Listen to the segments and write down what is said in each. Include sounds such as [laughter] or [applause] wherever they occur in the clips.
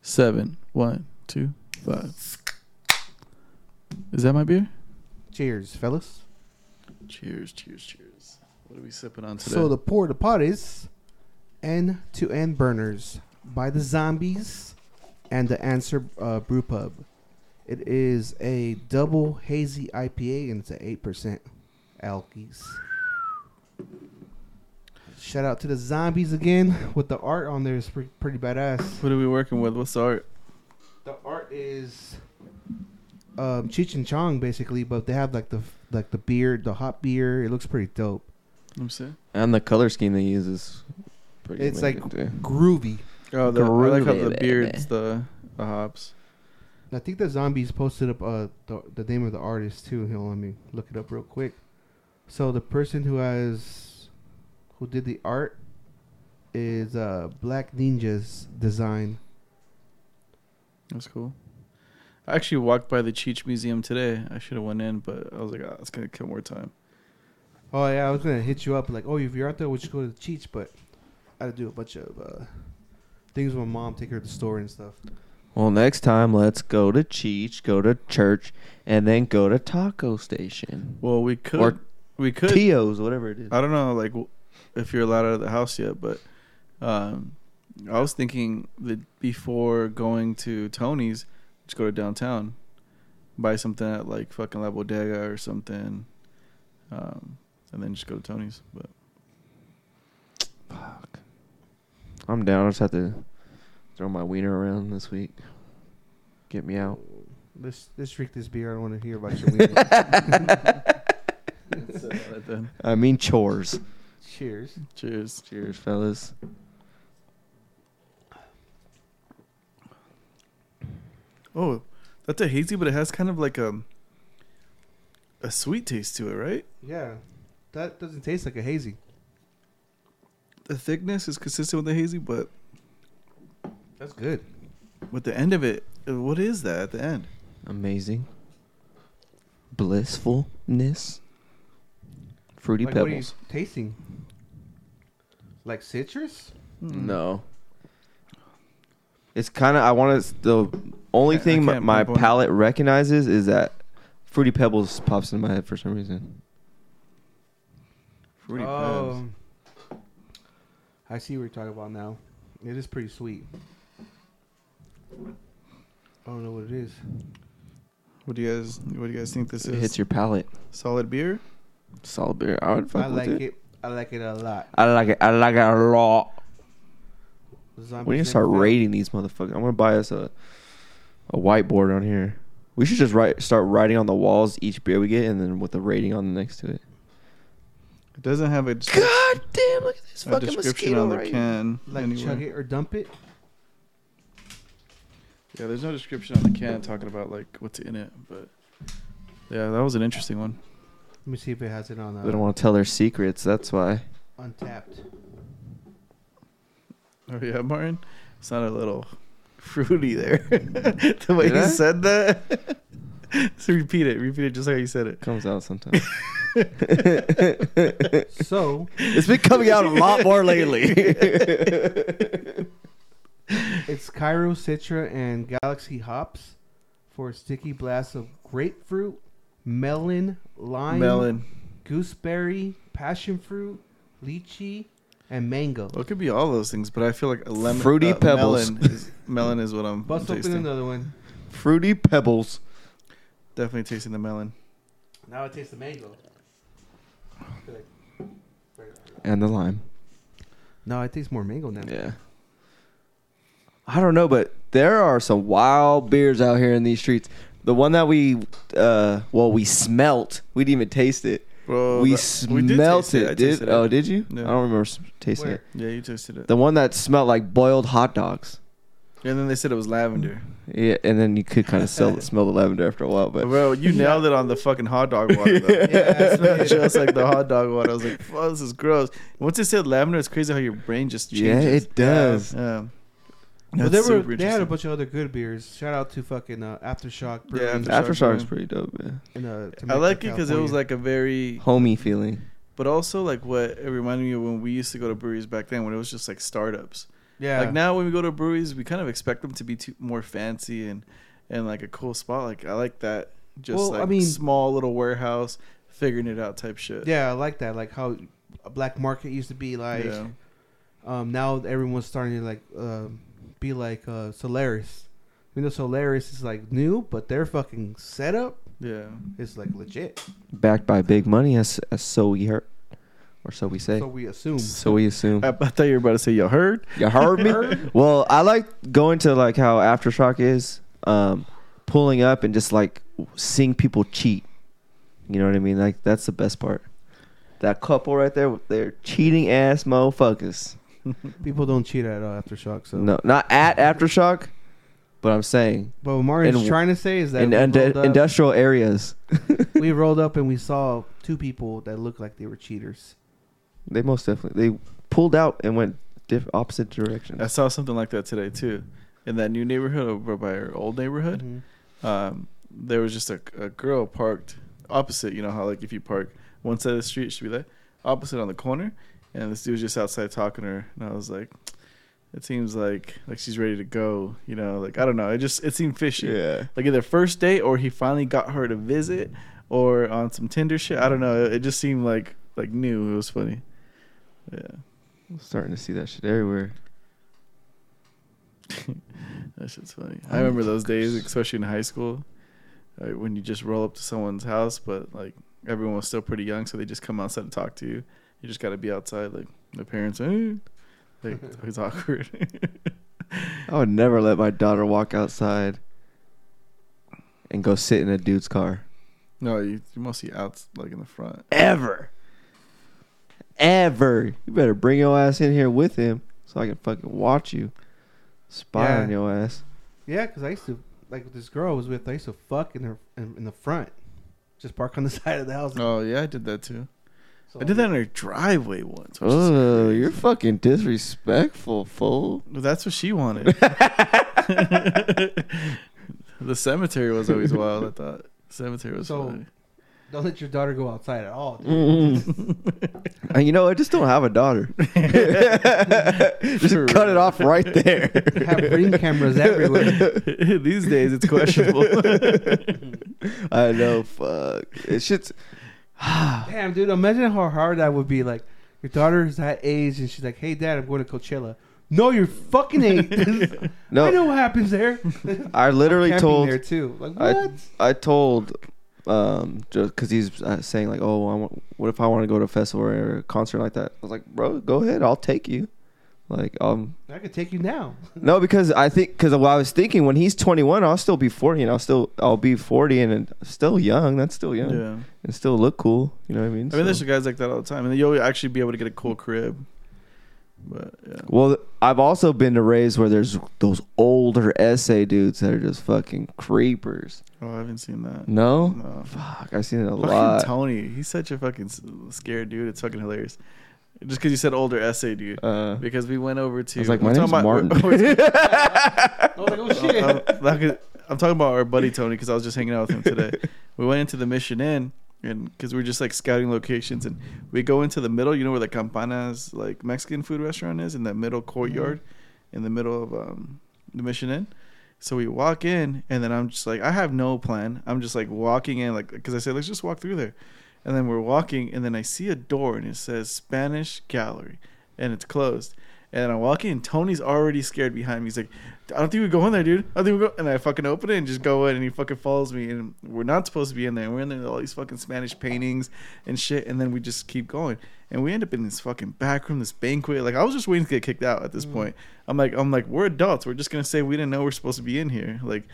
seven. One, two, five. Is that my beer? Cheers, fellas. Cheers, cheers, cheers. What are we sipping on today? So the pour the pot is end to end burners by the zombies and the answer uh, brew pub. It is a double hazy IPA and it's at eight percent alkies. Shout out to the zombies again with the art on there is pre- pretty badass. what are we working with? What's the art? The art is um, Cheech and Chong basically, but they have like the like the beer, the hot beer. It looks pretty dope. Let me see. And the color scheme they use is pretty. It's amazing, too. Groovy. Oh, the, I like how the Groovy, beards, the, the hops. I think the zombies posted up uh, the, the name of the artist too. Here, let me look it up real quick. So the person who has who did the art is uh, Black Ninja's design. That's cool. I actually walked by the Cheech Museum today. I should have went in, but I was like, oh, it's gonna kill more time. Oh yeah, I was gonna hit you up like, oh, if you're out there, we should go to the Cheech, but I had to do a bunch of uh, things with my mom, take her to the store and stuff. Well, next time let's go to Cheech, go to church, and then go to Taco Station Well, we could, Or we could. Tio's, whatever it is. Uh, I don't know, like, w- if you're allowed out of the house yet, but um, I was thinking that before going to Tony's, just go to downtown, buy something at like fucking La Bodega or something, um, and then just go to Tony's. But Fuck. I'm down. I just have to throw my wiener around this week. Get me [laughs] out. Let's let's drink this beer. I don't want to hear about your [laughs] weekend. then, I mean chores. [laughs] Cheers. cheers. Cheers, fellas. Oh, that's a hazy, but it has kind of like a a sweet taste to it, right? Yeah, that doesn't taste like a hazy. The thickness is consistent with the hazy, but That's good. with the end of it, uh, what is that at the end? Amazing. Blissfulness. Fruity Like, what are you pebbles. tasting? Like citrus? Hmm. No. It's kind of I want to. The only I- I thing my, can't my pinpoint it. palate recognizes is that fruity pebbles pops into my head for some reason. Fruity pebbles. Um, I see what you're talking about now. It is pretty sweet. I don't know what it is. What do you guys? What do you guys think this it is? hits your palate. solid beer. Solid beer. I would fuck I with like it. it. I like it a lot. I like it. I like it a lot. The zombies We need never to start fail. rating these motherfuckers. I'm gonna buy us a a whiteboard on here. We should just write start writing on the walls each beer we get, and then with the rating on the next to it. It doesn't have a, descri- God damn! Look at this a description on the can. Like anywhere. chug it or dump it. Yeah, there's no description on the can talking about like what's in it, but yeah, that was an interesting one. Let me see if it has it on They don't uh, want to tell their secrets. That's why. [laughs] untapped. [laughs] Oh yeah, Martin, it's not a little fruity there. [laughs] the way Did you I? said that. [laughs] so repeat it. Repeat it just how you said it. [laughs] Comes out sometimes. So [laughs] it's been coming out a lot more lately. it's Cairo Citra and Galaxy hops for a sticky blast of grapefruit, melon, [laughs] lime, Melon. gooseberry, passion fruit, lychee, and mango. Well, it could be all those things, but I feel like a lemon. Fruity uh, pebbles. Melon is, melon is what I'm [laughs] Bust open tasting. another one. [laughs] Fruity pebbles. Definitely tasting the melon. Now it tastes the mango. And the lime. No, it tastes more mango now. Yeah. I don't know, but there are some wild beers out here in these streets. The one that we, uh, well, we smelt. We didn't even taste it. Well, we Oh, that- we did smelt taste it. it. I Did tasted it. oh, did you? Yeah. I don't remember s- tasting Where? it. Yeah, you tasted it. The one that smelled like boiled hot dogs. and then they said it was lavender. Yeah, and then you could kind of smell, smell the lavender after a while, but Bro, you nailed it on the fucking hot dog water. [laughs] Though. it smelled just like the hot dog water. I was like, "Fuck, this is gross." Once it said lavender, it's crazy how your brain just yeah, changes. it does. Yeah. But they, were, they had a bunch of other good beers. Shout out to fucking uh, Aftershock Brewing. Yeah, Aftershock. Aftershock's pretty dope. Yeah. in, uh, I Temecula, like it because it was California. like a very, Homey feeling. but also like what it reminded me of when we used to go to breweries back then when it was just like startups. Yeah. Like now, when we go to breweries, we kind of expect them to be too, more fancy and and like a cool spot. Like I like that, just Well, I like mean- small little warehouse, figuring it out type shit. Yeah, I like that. Like how a black market used to be like. Yeah. Um, now everyone's starting to like um be like uh, Solaris. You know, Solaris is like new, but their fucking setup yeah. is like legit. Backed by big money, as, as so we heard, or so we say, So Uh, we assume. so we assume. I, I thought you were about to say you heard. You heard [laughs] me? well, I like going to like how Aftershock is, um, pulling up and just like seeing people cheat. You know what I mean? Like that's the best part. That couple right there, they're cheating ass motherfuckers. People don't cheat at uh, Aftershock, so. No, not at Aftershock, but I'm saying But what Mario's And- trying to say is that in we, und- rolled up, [laughs] industrial areas, we rolled up and we saw two people that looked like they were cheaters. they most definitely they pulled out and went diff- opposite I directions. saw something like that today too, in that new neighborhood over by our old neighborhood. Mhm. um, there was just a, a girl parked opposite. You know how like if you park one side of the street, she'd be there, opposite on the corner, and this dude was just outside talking to her, and I was like, it seems like like she's ready to go. You know, like I don't know. It just it seemed fishy. Yeah. Like either first date or he finally got her to visit or on some Tinder shit. I don't know. It, it just seemed like like new. It was funny. Yeah, I'm starting to see that shit everywhere. that shit's funny. I remember those days, especially in high school, uh, when you just roll up to someone's house, but like everyone was still pretty young, so they just come outside and talk to you. You just got to be outside. Like the parents, eh. like it's awkward. [laughs] I would never let my daughter walk outside and go sit in a dude's car. no, you, you mostly out like in the front. Ever. Ever. You better bring your ass in here with him so I can fucking watch you. Spy Yeah. on your ass. Yeah, because I used to, like, this girl I was with, I used to fuck in her in, in the front. Just park on the [laughs] side of the house. Oh yeah, I did that too. So I did that in her driveway once. which is Oh, crazy. you're fucking [laughs] disrespectful, fool. [laughs] Well, That's what she wanted. the cemetery was always wild. I thought cemetery was So- funny. Don't let your daughter go outside at all. Dude. Mm-mm. and Uh, you know, I just don't have a daughter. [laughs] just For cut it real. off right there. [laughs] Have ring cameras everywhere. [laughs] These days, it's [laughs] questionable. I know, fuck. It's shit's [laughs] Damn, dude, imagine how hard that would be. Like, your daughter's that age, and she's like, "Hey, dad, I'm going to Coachella." No, you're [laughs] fucking ain't. [sighs] [laughs] [laughs] no. I know what happens there. [laughs] [laughs] I literally Camping told there too. Like, I- what? I told um just because he's uh, saying like oh I want, what if I want to go to a festival or a concert like that I was like bro go ahead I'll take you like um I, could take you [laughs] now. no because I think because what I was thinking when he's 21 I'll still be 40 and I'll still I'll be 40 and, and still young that's still young yeah. and still look cool you know what I mean I mean, So- there's guys like that all the time, and you'll actually be able to get a cool crib. But yeah, well I've also been to raves where there's those older essay dudes that are just fucking creepers oh, I haven't seen that. no No. fuck I've seen it a lot Fucking Tony, he's such a fucking s- scared dude. It's fucking hilarious. Just because you said older essay, dude. uh, Because we went over to. I was like, we're my talking Oh, [laughs] name's Martin. we're- [laughs] we're- I was like, "Oh shit." I'm, I'm- I'm talking about our buddy Tony because I was just hanging out with him [laughs] today. we went into the Mission Inn and because we are just like scouting locations, and we go into the middle. You know where the Campanas like Mexican food restaurant is in that middle courtyard, in the middle of um, the Mission Inn. So we walk in, and then I'm just like, I have no plan. I'm just like walking in, like because I said, let's just walk through there, and then we're walking, and then I see a door, and it says Spanish Gallery, and it's closed. And I walk in, Tony's already scared behind me. He's like, I don't think we go in there, dude. I think we go. And I fucking open it and just go in, and he fucking follows me. And we're not supposed to be in there. We're in there with all these fucking Spanish paintings and shit. And then we just keep going, and we end up in this fucking back room, this banquet. Like I was just waiting to get kicked out at this Mm. point. I'm like, I'm like, we're adults. We're just gonna say we didn't know we're supposed to be in here. Like,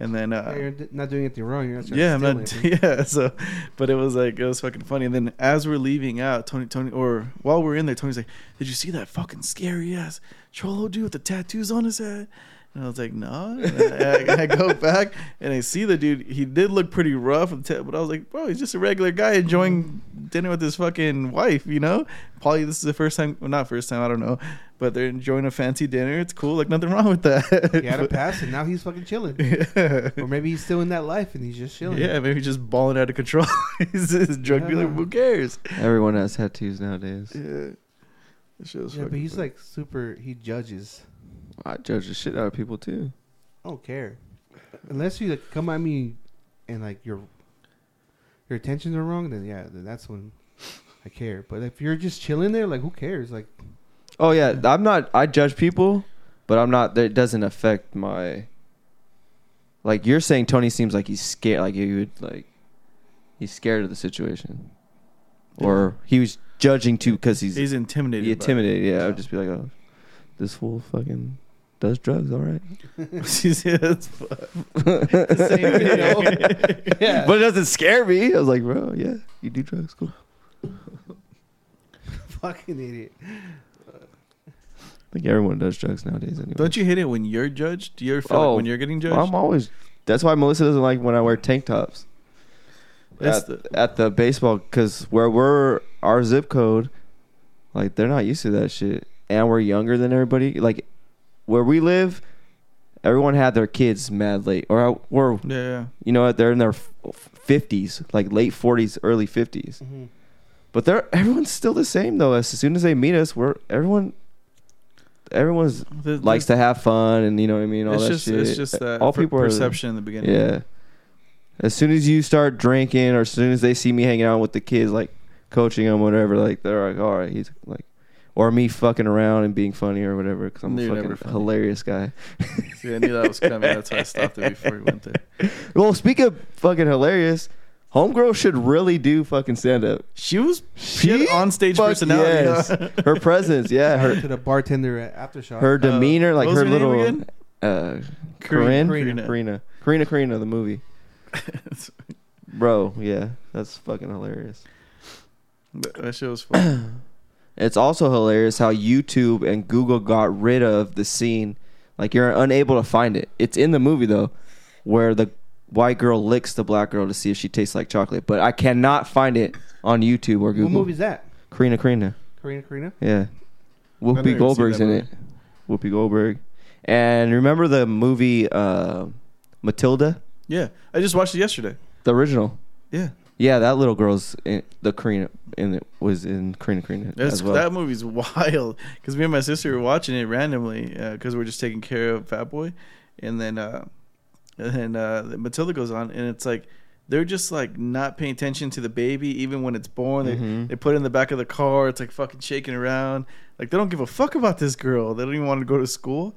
and then uh, Yeah, you're d- not doing anything wrong. You're not. trying to yeah, I'm steal [laughs] not. anything. Yeah, so, but it was like it was fucking funny. And then as we're leaving out, Tony, Tony, or while we're in there, Tony's like, "Did you see that fucking scary ass cholo dude with the tattoos on his head?" And I was like, "No." And I, I- I [laughs] go back and I see the dude. He did look pretty rough, with the tat- but I was like, "Bro, he's just a regular guy enjoying dinner with his fucking wife." You know, probably this is the first time. Well, not first time. I don't know, but they're enjoying a fancy dinner. It's cool. Like nothing wrong with that. He [laughs] had a pass, and now he's fucking chilling. Yeah. Or maybe he's still in that life, and he's just chilling. Yeah, maybe just balling out of control. [laughs] he's a drug dealer. Yeah. Who cares? everyone has tattoos nowadays Yeah, That shit was Yeah, but fucking he's funny. like super. He judges. I judge the shit out of people too. I don't care. Unless you like, come at me and like your your intentions are wrong, then yeah, then that's when I care. But if you're just chilling there, like who cares? Like [laughs] Oh yeah, I'm not. I judge people, but I'm not. That doesn't affect my. Like you're saying, Tony seems like he's scared. Like he would like, he's scared of the situation, or he was judging too because he's, He's intimidated. he by it. [laughs] intimidated. Yeah, I would just be like, oh, this fool fucking does drugs. All right, [laughs] She's- yeah, that's fu- [laughs] [laughs] yeah, but it doesn't scare me. I was like, bro, yeah, you do drugs, cool. fucking idiot. I think everyone does drugs nowadays. Anyway, Don't you hate it when you're judged? Do you ever feel Oh, like when you're getting judged? I'm always. That's why Melissa doesn't like when I wear tank tops. That's at, the- at the baseball because where we're our zip code, like they're not used to that shit, and we're younger than everybody. Like where we live, everyone had their kids mad late, or I- or yeah, yeah. you know what, they're in their fifties, like late forties, early fifties. Mhm. But they're everyone's still the same though. As soon as they meet us, we're everyone. Everyone's The- the- likes to have fun, and you know what I mean. All it's that just shit. it's just that all per- people are perception in the beginning. yeah. As soon as you start drinking, or as soon as they see me hanging out with the kids, like coaching them, whatever, like they're like, all right, he's like, or me fucking around and being funny or whatever, because I'm You're a never funny. fucking hilarious guy. See, I knew that was coming. That's why I stopped it before we went there. [laughs] Well, speak of fucking hilarious, homegirl should really do fucking stand up. She was she had on-stage fuck personality. yes. [laughs] her presence, yeah, Shout out her to the bartender at aftershock. her Oh, demeanor, Uh, like what was her, her name little again? uh, Corinne- Corinne, Karina, Karina. Karina, Karina, Karina, the movie, bro, yeah, that's fucking hilarious. [laughs] That- that shit was fun. [clears throat] It's also hilarious how YouTube and Google got rid of the scene. Like you're unable to find it. It's in the movie though, where the white girl licks the black girl to see if she tastes like chocolate. But I cannot find it on YouTube or What Google. movie's that? Karina Karina. Karina Karina. Yeah. never seen Whoopi Goldberg's that in it. movie. Whoopi Goldberg. And remember the movie uh, Matilda, Yeah, I just watched it yesterday. the original. Yeah, Yeah, that little girl's in the Karina in it was in Karina Karina That's, as well. That movie's [laughs] wild because me and my sister were watching it randomly because we're just taking care of Fat Boy, and then uh, and then uh, Matilda goes on, and it's like they're just like not paying attention to the baby even when it's born. They Mhm. they put it in the back of the car. It's like fucking shaking around. Like they don't give a fuck about this girl. They don't even want to go to school.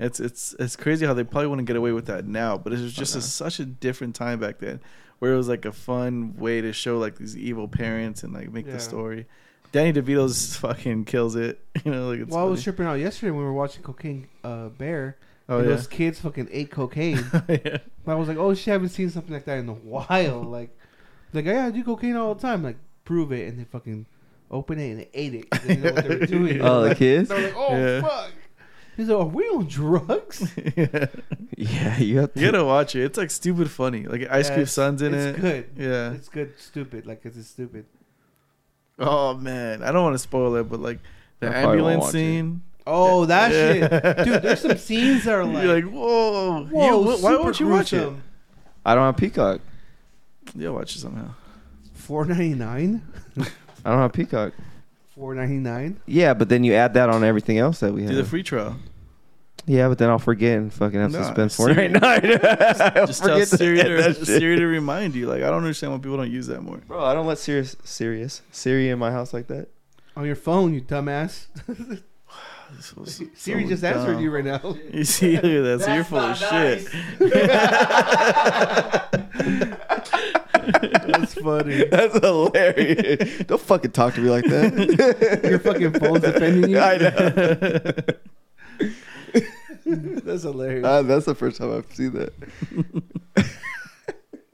It's it's it's crazy how they probably wouldn't get away with that now, but it Oh, was just a, such a different time back then, where it was like a fun way to show like these evil parents and like make Yeah. the story. Danny DeVito's [laughs] fucking kills it. [laughs] You know, like it's Well, I was funny. tripping out yesterday when we were watching Cocaine uh, Bear. Oh, and yeah. Those kids fucking ate cocaine. [laughs] yeah. But I was like, oh shit, I haven't seen something like that in a while. [laughs] Like, like oh, yeah, I do cocaine all the time. Like, prove it, and they fucking open it and they ate it. 'cause They didn't know what they [laughs] were doing. Oh, the Like, [laughs] kids? they were like, oh Yeah. fuck. He's like, are we on drugs? yeah, you have to You gotta watch it. It's like stupid funny. Like [laughs] Ice Yeah, Cube it's- Sun's in it's it. good. Yeah. It's good, stupid. Like, 'cause it's stupid. oh man, I don't want to spoil it, but like the I probably won't ambulance watch it. scene. Oh, that Yeah. [laughs] shit, dude. There's some scenes that are like, You're like, whoa, whoa, you- wh- why super won't you watch it? gruesome. I don't have Peacock. Yeah, watch it somehow. Four ninety nine. I don't have Peacock. Four ninety nine. Yeah, but then you add that on everything else that we Do the have. free [laughs] trial. yeah, but then I'll forget and fucking have No, to spend four Siri- ninety nine. [laughs] Just tell [laughs] Siri to, Siri to remind you. Like, I don't understand why people don't use that [laughs] more. Bro, I don't let Sirius Sirius Siri in my house like that. On your phone, you dumbass. [laughs] This was Siri so just answered dumb. [laughs] you right now. [laughs] You see, look at that. So you're full of shit. [laughs] That's funny. That's hilarious. don't fucking talk to me like that. [laughs] Your fucking phone's offending you. [laughs] I know. [laughs] That's hilarious. Uh, that's the first time I've seen that.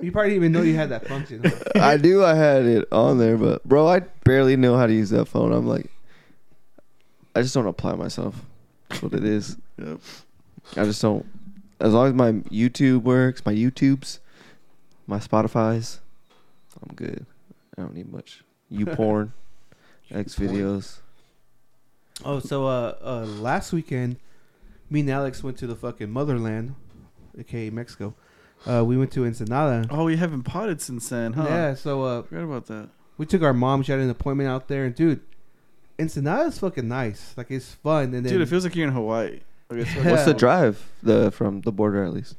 you probably didn't even know you had that function. huh? I knew I had it on there, but bro, I barely know how to use that phone. I'm like, I just don't apply myself. That's what it is. [laughs] Yep. I just don't. As long as my YouTube works, my YouTubes, my Spotify's, I'm good. I don't need much. You porn, X videos. [laughs] Oh, so uh, uh, last weekend, me and Alex went to the fucking motherland, aka Mexico. Uh, we went to Ensenada. Oh, we haven't potted since then, huh? Yeah, so uh, Forgot about that. we took our mom. She had an appointment out there, and dude, Ensenada's fucking nice. Like it's fun, and then Dude, it feels like you're in Hawaii. Okay, [laughs] so What's the Yeah. drive? The from the border at least.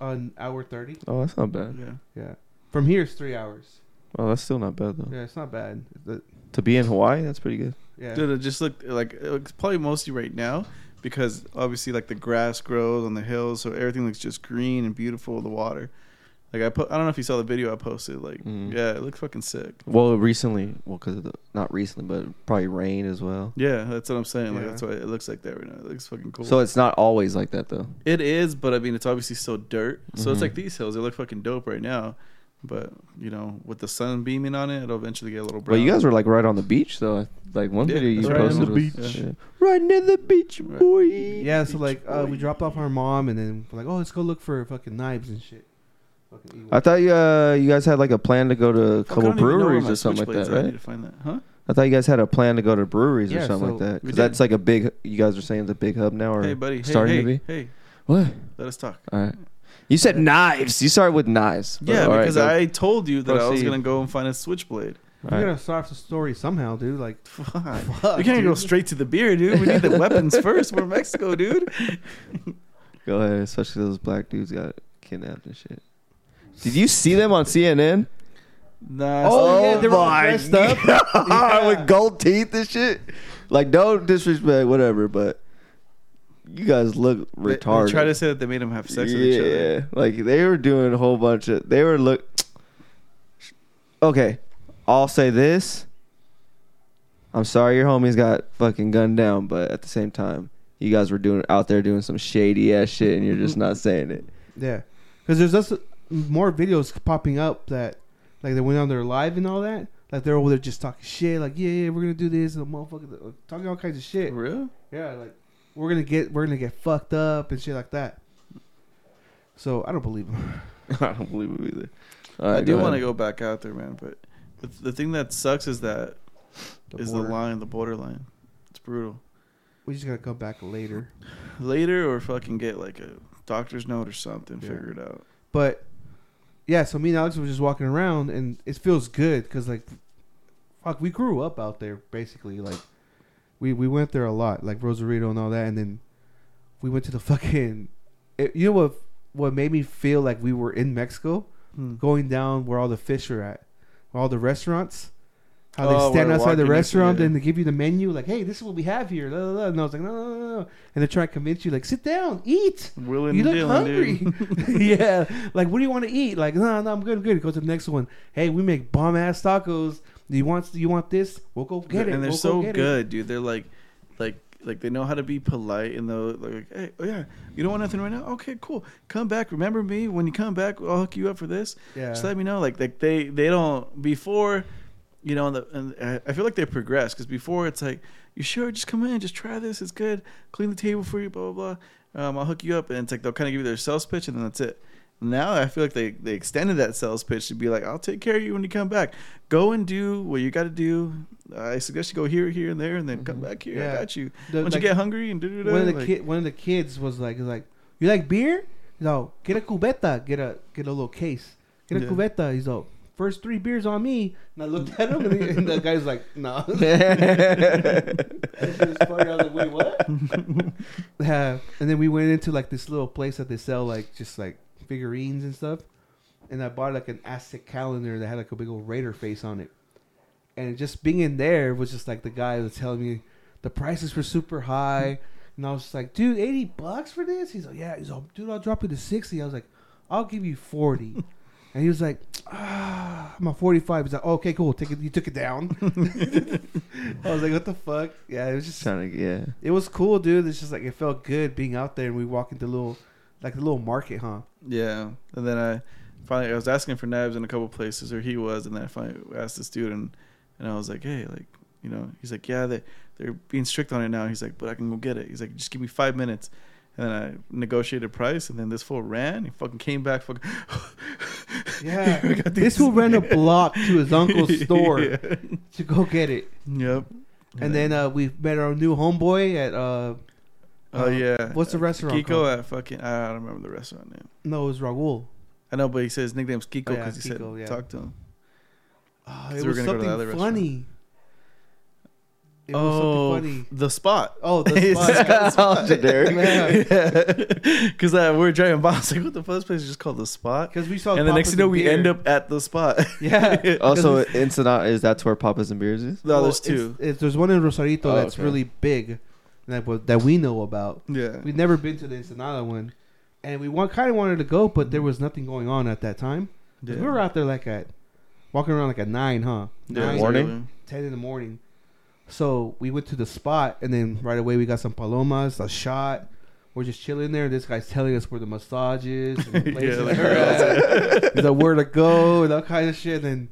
An hour thirty. Oh, that's not bad. Yeah. Yeah. From here it's three hours. Well, that's still not bad though. Yeah, it's not bad. The- To be in Hawaii, that's pretty good. yeah. Dude, it just looked like it looks probably mostly right now because obviously like the grass grows on the hills, so everything looks just green and beautiful. The water, like I put, I don't know if you saw the video I posted. Like, Mhm. yeah, it looks fucking sick. Well, recently, well, because the not recently, but probably rain as well. Yeah, that's what I'm saying. Like Yeah. that's why it looks like that right now. It looks fucking cool. So it's not always like that though. it is, but I mean it's obviously still dirt. So it's Mhm. like these hills. They look fucking dope right now, but you know with the sun beaming on it, it'll eventually get a little brown. But you guys were like right on the beach though. Like one Yeah, video you that's right on posted the was- beach. yeah. right near the beach, Right. boy. Yeah, so like uh, we dropped off our mom and then we're like, oh, let's go look for fucking knives and shit. Fucking I thought you uh, you guys had like a plan to go to a Fuck, I couple don't even know where breweries my or something like switchblades that, are. I right? need to find that, huh? I thought you guys had a plan to go to breweries or Yeah, something like so that. we Because did. that's like a big. You guys are saying it's a big hub now, or Hey, buddy. Hey, starting hey, to be. hey, What? let us talk. All right. You said Yeah. knives. You started with knives. but Yeah, all right, because go- I told you that I was Proceed. gonna go and find a switchblade. [laughs] we all right. gotta start off the story somehow, dude. Like, Fuck. Fuck, you can't go dude. straight to the beer, dude. We need the weapons first. We're Mexico, dude. Go ahead, especially those black dudes got kidnapped and shit. Did you see them on CNN? Nah. Oh, so- yeah, they were all [laughs] dressed up. [laughs] God, Yeah. with gold teeth and shit. Like, no disrespect, whatever, but you guys look They, they retarded. try to say that they made them have sex yeah, with each other. like they were doing a whole bunch of. They were look. Okay, I'll say this. I'm sorry your homies got fucking gunned down, but at the same time, you guys were doing out there doing some shady ass shit, and you're [laughs] just not saying it. yeah, because there's just more videos popping up that like they went on their live and all that. Like they're over there just talking shit. Like, yeah, yeah, we're gonna do this and the motherfucker talking all kinds of shit. For real? Yeah, like we're gonna get we're gonna get fucked up and shit like that. So I don't believe [laughs] them. I don't believe it either. I do want to [laughs] go back out there, man. But the, the thing that sucks is that is the line, the borderline. It's brutal. We just gotta come back later. Later, or fucking get like a doctor's note or something. Yeah. Figure it out. But yeah, so me and Alex were just walking around, and it feels good because like, fuck, we grew up out there basically. Like, we we went there a lot, like Rosarito and all that, and then we went to the [laughs] fucking. It, you know what? What made me feel like we were in Mexico, Hmm. going down where all the fish are at, where all the restaurants. Oh, How they stand where outside walking the into restaurant the- and they give you the menu, like, "Hey, this is what we have here." la, la, la. And I was like, "No, no, no, no," and they try to convince you, like, "Sit down, eat." Willing you and dealing, look dude. [laughs] hungry. [laughs] yeah. Like, what do you want to eat? Like, no, no, I'm good, I'm good. Go to the next one. Hey, we make bomb ass tacos. Do you want? Do you want this? We'll go get it. and they're We'll go so get it." good, dude. They're like, like, like they know how to be polite, and they're like, hey, oh yeah, you don't want nothing right now? Okay, cool. Come back. Remember me when you come back. I'll hook you up for this. Yeah. Just let me know. Like, like they they don't before, you know. The, and I- I feel like they progressed because before it's like, you sure? Just come in. Just try this. It's good. Clean the table for you. Blah blah blah. Um, I'll hook you up, and it's like they'll kind of give you their sales pitch, and then that's it. Now I feel like they, they extended that sales pitch to be like, I'll take care of you when you come back. Go and do what you got to do. I suggest you go here, here, and there, and then come back here. I Mm-hmm. Yeah. got you. The- Once like, you get hungry and do one of the like, kid, one of the kids was like, is like, you like beer? No, get a cubeta. Get a get a little case. Get a Yeah. cubeta. He's like, first three beers on me. And I looked at him, and, he, and the guy's like, [laughs] [laughs] no. That shit was funny. I was like, [laughs] wait, what? Yeah. And then we went into like this little place that they sell like just like figurines and stuff. And I bought like an Aztec calendar that had like a big old raider face on it. And just being in there was just like the guy was telling me the prices were super high. And I was just like, dude, 80 bucks for this? He's like, yeah. He's like, dude, I'll drop you to 60. I was like, I'll give you 40. And he was like, ah, I'm at 45. He's like, okay, cool. Take it. You took it down. [laughs] [laughs] I was like, what the fuck? Yeah, it was just Trying to, yeah. it was cool, dude. It's just like it felt good being out there, and we walked into little, like the little market, huh? Yeah, and then I finally I was asking for knives in a couple places, or he was, and then I finally asked this dude, and and I was like, hey, like you know, he's like, yeah, they they're being strict on it now. He's like, but I can go get it. He's like, just give me five minutes. And then I negotiated price, and then this fool ran. He fucking came back. [laughs] Fucking Yeah. [laughs] [laughs] I got This these. fool ran [laughs] a block to his uncle's store Yeah. to go get it, Yep. and then uh, we met our new homeboy at uh, oh uh, yeah, what's the restaurant Kiko called? at fucking I don't remember the restaurant name. no, it was Raul. I know, but he said his nickname's Kiko Oh, yeah, because he Kiko, said yeah. talk to him. Uh, So it we're was gonna go to the something other funny. It was oh, something funny. the spot. [laughs] [laughs] Oh, the It's spot. got [laughs] How generic. Because uh, we we're driving by, I was like, "What the fuck? This place is just called the spot." Because we saw. And the next Papa's thing you know, we beer. end up at the spot. Yeah. also, Ensenada is that's where Papas and [laughs] Beers is. no, Well, there's it's- two. it's- there's one in Rosarito Oh, that's okay. really big, that wa- that we know about. [laughs] Yeah. We've never been to the Ensenada one, and we want, kind of wanted to go, but there was nothing going on at that time. 'Cause yeah. We were out there like at walking around like at nine, huh? Yeah, Nine, Morning? literally. ten in the morning. So we went to the spot, and then right away we got some palomas, a shot. We're just chilling there. This guy's telling us where the massage is, and the [laughs] Yeah, places like, are at, the where to go, and all kind of shit. And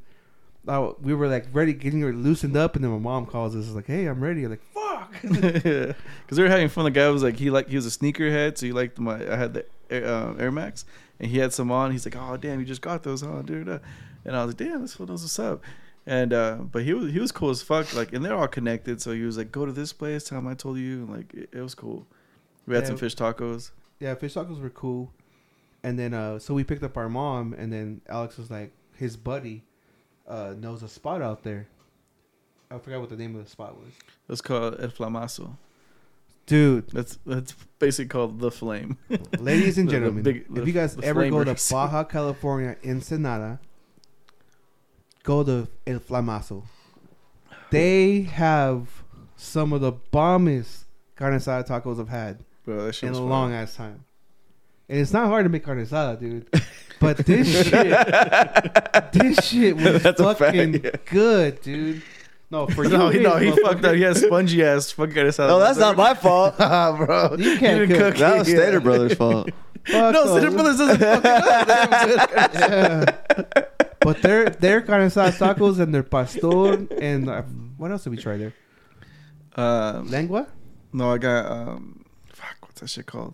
uh, we were like ready, getting her loosened up, and then my mom calls us, like, "Hey, I'm ready." I'm like, "Fuck!" [laughs] because [laughs] we were having fun. The guy was like, he like he was a sneakerhead, so he liked my. I had the Air, uh, Air Max, and he had some on. He's like, oh damn, you just got those, huh, dude? Uh, And I was like, damn, this fool knows what's up. And uh, but he was he was cool as fuck. Like, and they're all connected, so he was like, go to this place, tell him I told you, and like it, it was cool. We had Yeah. some fish tacos. yeah, fish tacos were cool. And then uh, so we picked up our mom, and then Alex was like, his buddy uh, knows a spot out there. I forgot what the name of the spot was. It's called El Flamazo. Dude, That's that's basically called the flame. Ladies [laughs] and The- the gentlemen, big- the- if you guys the ever go [laughs] to flamers. Baja California, Ensenada, go to El Flamazo. They have some of the bombest carne asada tacos I've had Bro, that shit in was a fire. long ass time. And it's not hard to make carne asada, dude. [laughs] But this shit, this [laughs] shit was That's a fact, fucking yeah. good, dude. No, for [laughs] you, no, he, it no, is, he but fucked up. He had spongy ass fucking carne asada. No, that's not my fault. [laughs] bro. You can't didn't cook. cook. That was Yeah. Stater Brothers' fault. fuck no, Cinnamon those. Brothers doesn't fucking know. They have good carne asada. [laughs] Yeah. but their their carne asada tacos and their pastor and uh, what else did we try there? Um, Lengua? no, I got um, fuck, what's that shit called?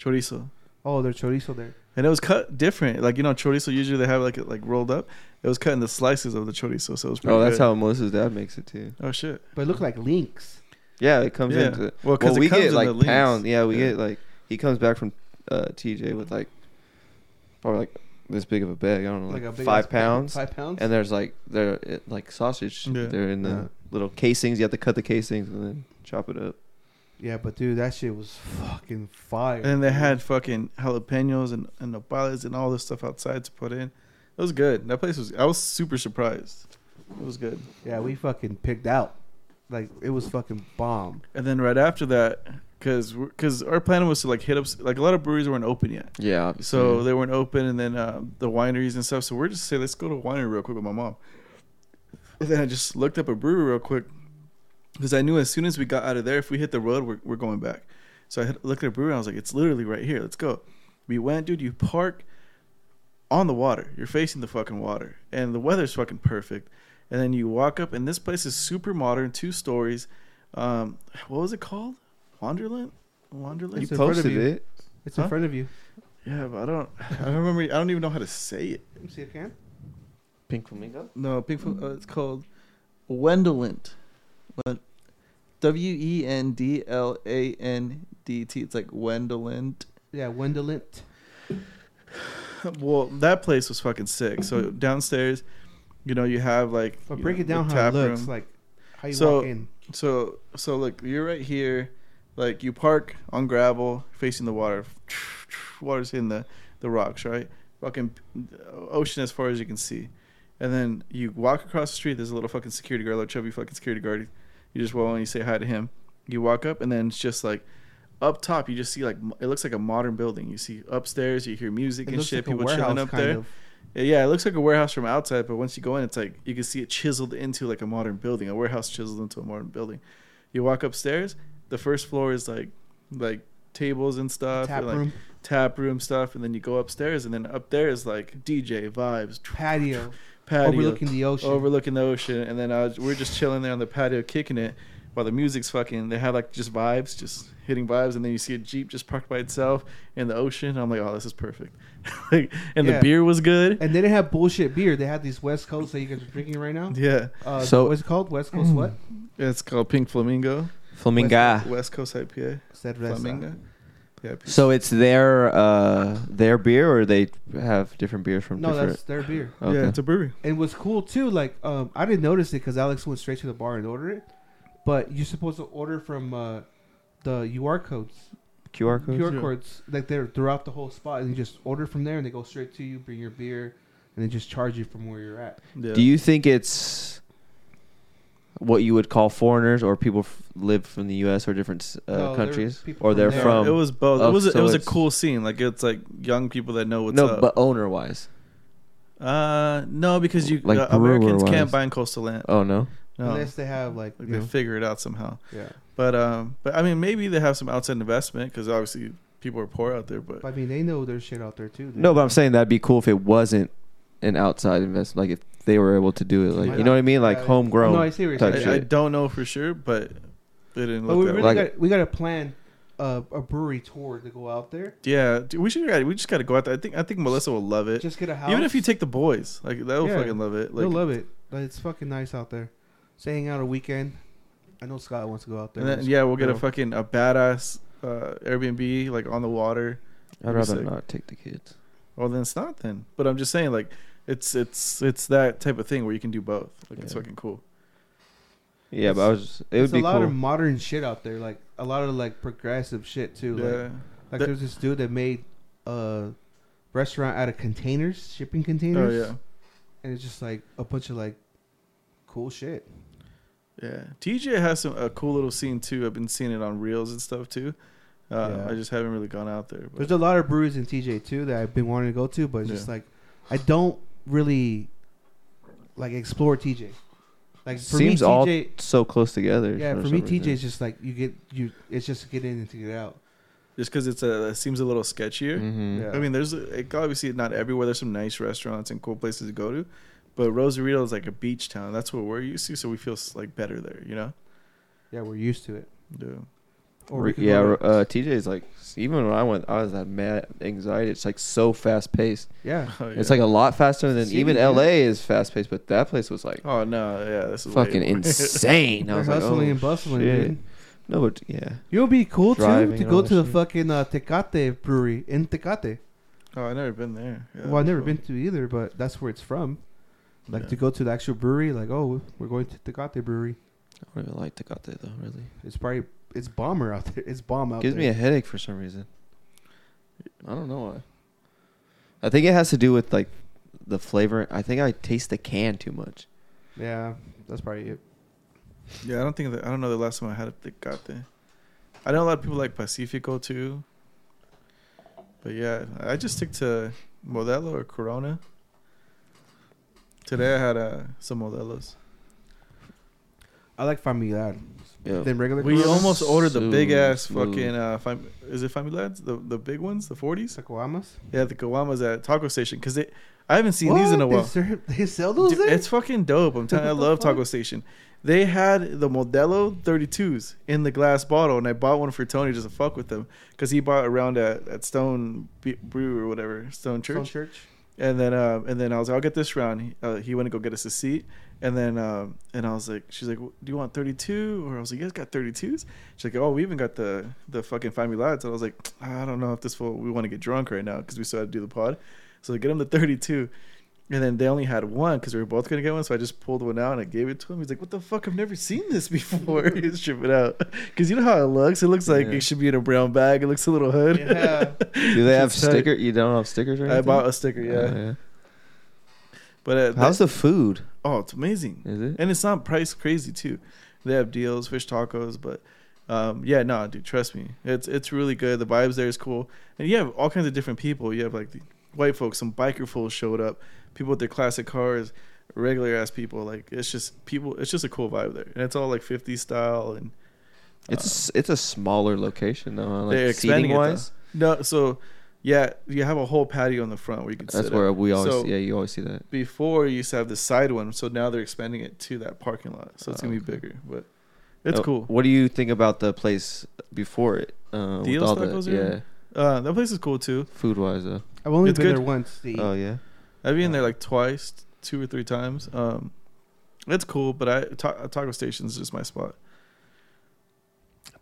Chorizo. Oh, their chorizo there. And it was cut different. Like you know, chorizo usually they have like it like rolled up. It was cut in the slices of the chorizo, so it was pretty. [laughs] Oh, that's good. how Melissa's dad makes it too. Oh shit. But it looked like links. Yeah, it comes Yeah. into Well, well, 'cause it we comes get in the like links. pound. Yeah, we Yeah. get like he comes back from uh, TJ with like probably like this big of a bag. I Mm, don't know, like, Like a big five ass- pounds. Five pounds? And there's like they're it, like sausage. Yeah. They're in the Yeah. little casings. You have to cut the casings and then chop it up. yeah, but dude, that shit was fucking fire. And then they had fucking jalapenos and and nopales and all this stuff outside to put in. It was good. That place was. I was super surprised. It was good. Yeah, we fucking picked out. Like it was fucking bomb. And then right after that, because because our plan was to like hit up like a lot of breweries weren't open yet. Yeah. So Mm-hmm. they weren't open, and then uh, the wineries and stuff. So we're just saying, let's go to a winery real quick with my mom. And then I just looked up a brewery real quick because I knew as soon as we got out of there, if we hit the road, we're, we're going back. So I hit, looked at a brewery, and I was like, it's literally right here. Let's go. We went, dude. You park on the water. You're facing the fucking water, and the weather's fucking perfect. And then you walk up, and this place is super modern, two stories. Um, what was it called? Wanderland. Wanderland. you It's in front of posted you. it. It's Huh? in front of you. Yeah, but I don't. [laughs] I don't remember. I don't even know how to say it. Let me see if I can. Pink flamingo. No, pink. Fl- uh, it's called Wendelant. W e n d l a n d t. It's like Wendelant. Yeah, Wendelint. [laughs] Well, that place was fucking sick. So downstairs, you know, you have like. But you break know, it the down how it tap looks, room. like how you So- walk in. So so look, you're right here, like you park on gravel facing the water. [sniffs] Water's hitting the the rocks, right? Fucking uh, ocean as far as you can see, and then you walk across the street. There's a little fucking security guard, little chubby fucking security guard. You just well and you say hi to him. You walk up, and then it's just like up top. You just see like mo- it looks like a modern building. You see upstairs, you hear music and shit. people chilling up there. of. Yeah, it looks like a warehouse from outside, but once you go in, it's like you can see it chiseled into like a modern building, a warehouse chiseled into a modern building. You walk upstairs, the first floor is like like tables and stuff, Tap and, like room, tap room stuff, and then you go upstairs, and then up there is like DJ vibes, patio, patio overlooking the ocean. overlooking the oceon, and then I was, we we're just chilling there on the patio, kicking it while the music's fucking. They have like just vibes, just hitting vibes, and then you see a jeep just parked by itself in the ocean. I'm like, oh, this is perfect. [laughs] like, and Yeah. the beer was good. And they didn't have bullshit beer. They had these West Coast that you guys are drinking right now. [laughs] yeah, Mm. Uh, So- what's it called? West Coast what? it's called Pink Flamingo, Flaminga. West Coast IPA, Cerveza. Flamingo. Yeah, So it's their uh their beer, or they have different beers from No, different. that's their beer. Okay. yeah, it's a brewery. And what's cool too, like um, I didn't notice it because Alex went straight to the bar and ordered it. But you're supposed to order from uh, the UR codes, QR code. QR Yeah. codes, like they're throughout the whole spot, and you just order from there, and they go straight to you. Bring your beer, and they just charge you from where you're at. Yeah. Do you think it's what you would call foreigners or people f- live from the U.S. or different uh, No, there were countries, people or from they're there. from it was both. Oh, it was a, so it was a it's- cool scene. Like it's like young people that know what's no, up. but owner wise. uh, no, because you Like uh, Americans brewer-wise. can't buy in coastal land. Oh no, No, Unless they have like, Like, you they know, figure it out somehow. yeah. But um, but I mean, maybe they have some outside investment because obviously people are poor out there. But But, I mean, they know there's shit out there too. dude. no. But I'm saying that'd be cool if it wasn't an outside investment. Like if they were able to do it, like you know what I mean, like Yeah. homegrown. No, I see what you're type saying. I, I shit. don't know for sure. But they didn't But look we that really way. Like- got we got to plan uh, a brewery tour to go out there. Yeah, dude, we should. We just got to go out there. I think I think Melissa will love it. Just get a house. Even if you take the boys, like they'll Yeah. fucking love it. Like, They'll love it. Like, it's fucking nice out there. Just hang out a weekend. I know Scott wants to go out there. And then, yeah, we'll get a Girl. fucking a badass uh, Airbnb like on the water. I'd Be rather sick. not take the kids. Well, then it's not then. But I'm just saying, like, it's it's it's that type of thing where you can do both. Like, it's Yeah. fucking cool. Yeah, but I was. It There's would be a lot cool. of modern shit out there. Like a lot of like progressive shit too. yeah, Like, like The- there's this dude that made a restaurant out of containers, shipping oh containers. yeah, And it's just like a bunch of like cool shit. yeah. TJ has some a cool little scene too. I've been seeing it on reels and stuff too. Uh, Yeah. I just haven't really gone out there. But There's a lot of breweries in TJ too that I've been wanting to go to, but it's just Yeah. like I don't really like explore TJ. Like for Seems me, all TJ, so close together. yeah, for some me, reason. TJ is just like you get you. It's just to get in and to get out. just because it's a it seems a little sketchier. Mhm. Yeah. I mean, there's like, obviously not everywhere. There's some nice restaurants and cool places to go to, but Rosarito is like a beach town. That's what we're used to, so we feel like better there. You know? Yeah, we're used to it. Yeah. Or Re- we could yeah, go re- to- uh, TJ's like even when I went, I was that mad anxiety. It's like so fast paced. [laughs] yeah. Oh, yeah. It's like a lot faster than See, even yeah. LA is fast paced, but that place was like oh no, yeah, this is way [laughs] fucking more- insane. I They're was like, hustling oh, and bustling, shit. dude. No, but yeah, You would be cool Driving too to and go all to that the shit. fucking uh, Tecate brewery in Tecate. [laughs] Oh, I've never been there. Yeah, well, I've never cool. been to either, but that's where it's from. Like Yeah. to go to the actual brewery, like oh, we're going to Tecate brewery. I don't even like Tecate though. Really, It's probably it's bomber out there. It's bomb out gives there. me a headache for some reason. I don't know why. I think it has to do with like the flavor. I think I taste the can too much. Yeah, that's probably it. Yeah, I don't think that, I don't know the last time I had a tecate. I know a lot of people like Pacifico too. But yeah, I just stick to Modelo or Corona. Today I had uh, some Modelos. I like familiar. Yeah. Then regular. We Corona, almost ordered the Smooth, big ass smooth. fucking uh, fam- is it Familads? The the big ones, the forties. Saquamas. Yeah, the Kawamas at Taco Station because they I haven't seen these in a What? They while. serve- They, sell those Dude, there? it's fucking dope. I'm telling you, I What the love fuck? Taco Station. They had the Modelo 32s in the glass bottle, and I bought one for Tony just to fuck with him because he bought around at, at Stone Be- Brew or whatever Stone Stone Church. Church. And then um, and then I was like, I'll get this round. He, uh, he went to go get us a seat, and then um, and I was like, she's like, do you want 32? Or I was like, you guys got 32s? She's like, oh, we even got the the fucking five me lads. And I was like, I don't know if this will we want to get drunk right now because we still had to do the pod. So I get him the 32. And then they only had one because we were both gonna get one, so I just pulled one out and I gave it to him. He's like, "What the fuck? I've never seen this before." [laughs] He's tripping out because you know how it looks. It looks like Yeah. it should be in a brown bag. It looks a little hood. Yeah. Do they have It's tight. sticker? You don't have stickers or anything? [laughs] I bought a sticker, Oh, yeah. But uh, that's How's the food? oh, it's amazing, Is it? and it's not price crazy too. They have deals, fish tacos, but um, yeah, no, dude, trust me, it's it's really good. The vibes there is cool, and you have all kinds of different people. You have like the white folks, some biker fools showed up, people with their classic cars, regular ass people. Like it's just people. It's just a cool vibe there, and it's all like 50s style and It's a s it's a smaller location though. huh? They're Like expanding seating it, though. wise, no. So yeah, you have a whole patio in the front where you can. that's sit where up. we always So- yeah you always see that. before you used to have the side one, so now they're expanding it to that parking lot. So it's Oh, gonna be okay. bigger, but it's Uh, cool. What do you think about the place before it? Uh, with Dios all the Tacos or- yeah, Uh, that place is cool too. food wise though. I've only It's been good. there once. To eat. Oh yeah, I've been there Yeah. like twice, two or three times. Um, it's cool, but I ta- Taco Station's just my spot.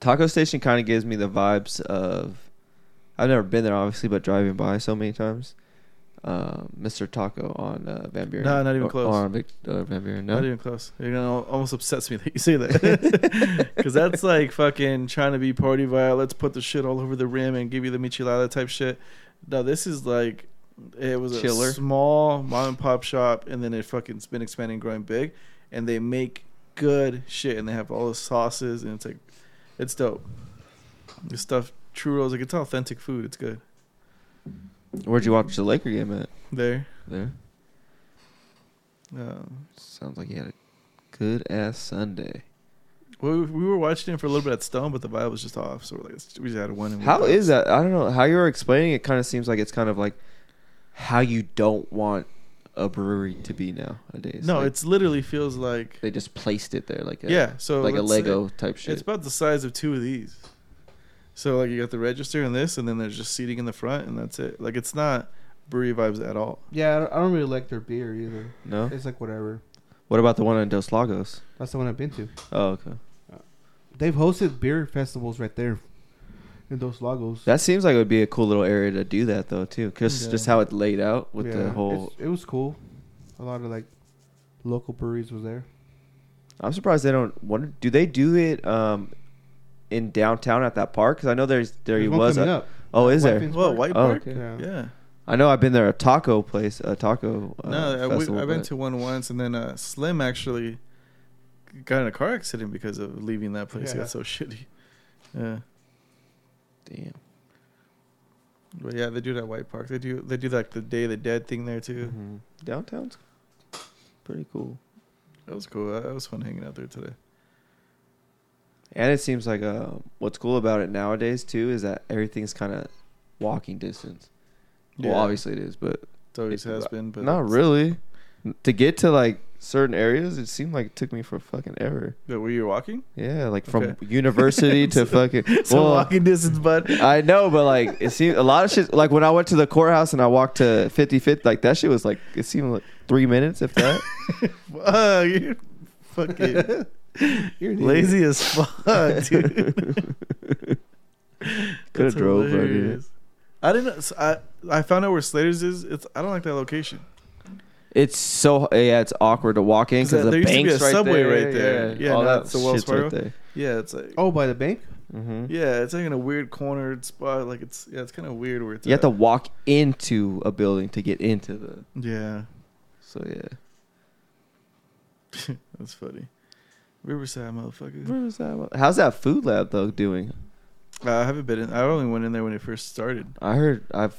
Taco Station kind of gives me the vibes of. I've never been there obviously, but driving by so many times, uh, Mr. Taco on uh, Van Buren. No, not even Or- close. Or on Vic, uh, Van Buren. No, Not even close. It almost upsets me that you say that. [laughs] Because that's like fucking trying to be party vile. Let's put the shit all over the rim and give you the Michelada type shit. No, this is like, it was Chiller. a small mom and pop shop, and then it fucking's been expanding, growing big, and they make good shit, and they have all the sauces, and it's like, it's dope. The stuff, churros, like it's authentic food. It's good. Where'd you watch the Laker game at? There. There. Um, Sounds like you had a good ass Sunday. we, we were watching it for a little bit at Stone, but the vibe was just off. So we're like, we just had to win. and we How lost. is that? I don't know. How you're explaining it kind of seems like it's kind of like how you don't want a brewery to be nowadays. No, Like, it's literally feels like they just placed it there like a, yeah. So like a let's Lego say- type shit. It's about the size of two of these. So like you got the register and this, and then there's just seating in the front, and that's it. Like it's not brewery vibes at all. Yeah, I don't, I don't really like their beer either. no. It's like whatever. What about the one in Dos Lagos? That's the one I've been to. Oh, okay. They've hosted beer festivals right there in Dos Lagos. That seems like it would be a cool little area to do that though too, because Yeah. just how it's laid out with the Yeah, whole. it's- it was cool. A lot of like local breweries was there. I'm surprised they don't wonder. Do they do it um in downtown at that park? Because I know there's there There's he one was. coming a- up. oh, is White there? Fins Well, Park. White Oh, Park, okay. Yeah. yeah. I know I've been there a taco place, a taco. Uh, no, I, festival, have been but- to one once, and then uh, Slim actually got in a car accident because of leaving that place. It Yeah. got so shitty. Yeah, Damn. but yeah, they do that White Park. They do they do like the Day of the Dead thing there too. Mhm. Downtown's pretty cool, That was cool. That was fun hanging out there today. and it seems like uh, what's cool about it nowadays too is that everything's kind of walking distance. Yeah. Well, obviously it is, but It always it- has been, but not it's- really. To get to like certain areas, it seemed like it took me for fucking ever. That where you were walking? Yeah, like from Okay. [laughs] university So- to fucking. So well, walking distance, bud. I know, but like it seemed a lot of shit. Like when I went to the courthouse and I walked to 55th, like that shit was like it seemed like three minutes, if that. [laughs] Fuck, you Mm-hmm. fucking [laughs] You're an idiot. lazy as fuck, dude. [laughs] Could have That's drove, but I didn't. hilarious. I didn't. so I I found out where Slater's is. It's I don't like that location. It's so yeah, it's awkward to walk in 'Cause there because the used to be bank's a right subway there. right there. Yeah, all no, that it's the Wells shit's right Fargo. Mm-hmm. there. Yeah, it's like Oh, by the bank. hmm yeah, it's like in a weird cornered spot. Like it's yeah, it's kind of weird where it's. You have at. to walk into a building to get into the. Yeah, [laughs] So yeah. that's funny. Riverside, motherfucker. Where was that? How's that food lab though doing? Uh, I haven't been in. I only went in there when it first started. I heard I've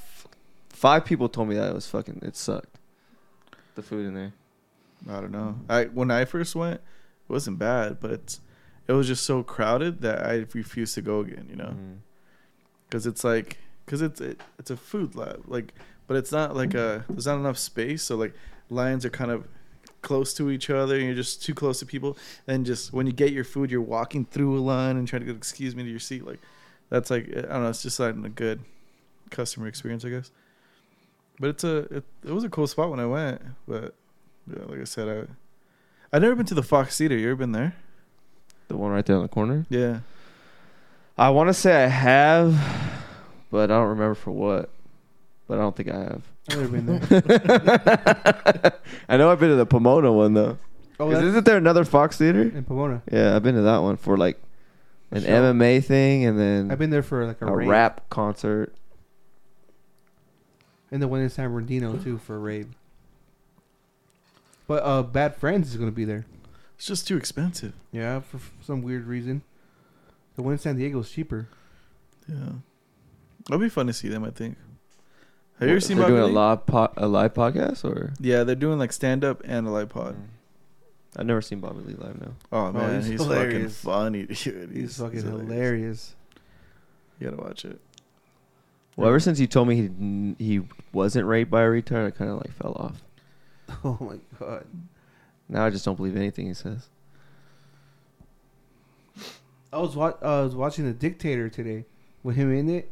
five people told me that it was fucking it sucked. The food in there. I don't know. I when I first went, it wasn't bad, but it's it was just so crowded that I refused to go again. You know. Mm. because it's like because it's it, it's a food lab like but it's not like a there's not enough space so like lines are kind of close to each other and you're just too close to people and just when you get your food you're walking through a line and trying to get excuse me to your seat like that's like i don't know it's just not a good customer experience i guess but it's a it, it was a cool spot when i went but yeah, like i said i i've never been to the fox theater you ever been there The one right there on the corner. yeah I want to say I have, but I don't remember for what. But I don't think I have. I've never been there. [laughs] [laughs] I know I've been to the Pomona one though. Oh, Is, that's isn't there another Fox Theater? in Pomona. Yeah, I've been to that one for like A an show. MMA thing and then I've been there for like a, a raid. rap concert. and the one in San Bernardino too for a raid. But uh, Bad Friends is gonna be there. it's just too expensive Yeah, for f- some weird reason. The one in San Diego is cheaper. Yeah. It'll be fun to see them, I think. Have you ever What, seen they're doing Broccoli? a live po- a live podcast or? Yeah, they're doing like stand up and a live pod. Mm. I've never seen Bobby Lee live. No. Oh man, he's he's, fucking hilarious. funny, dude. He's, fucking hilarious. You gotta watch it. Well, ever since you told me he didn't- he wasn't raped by a retard, I kind of like fell off. [laughs] Oh my god. Now I just don't believe anything he says. I was wa- uh, I was watching The Dictator today with him in it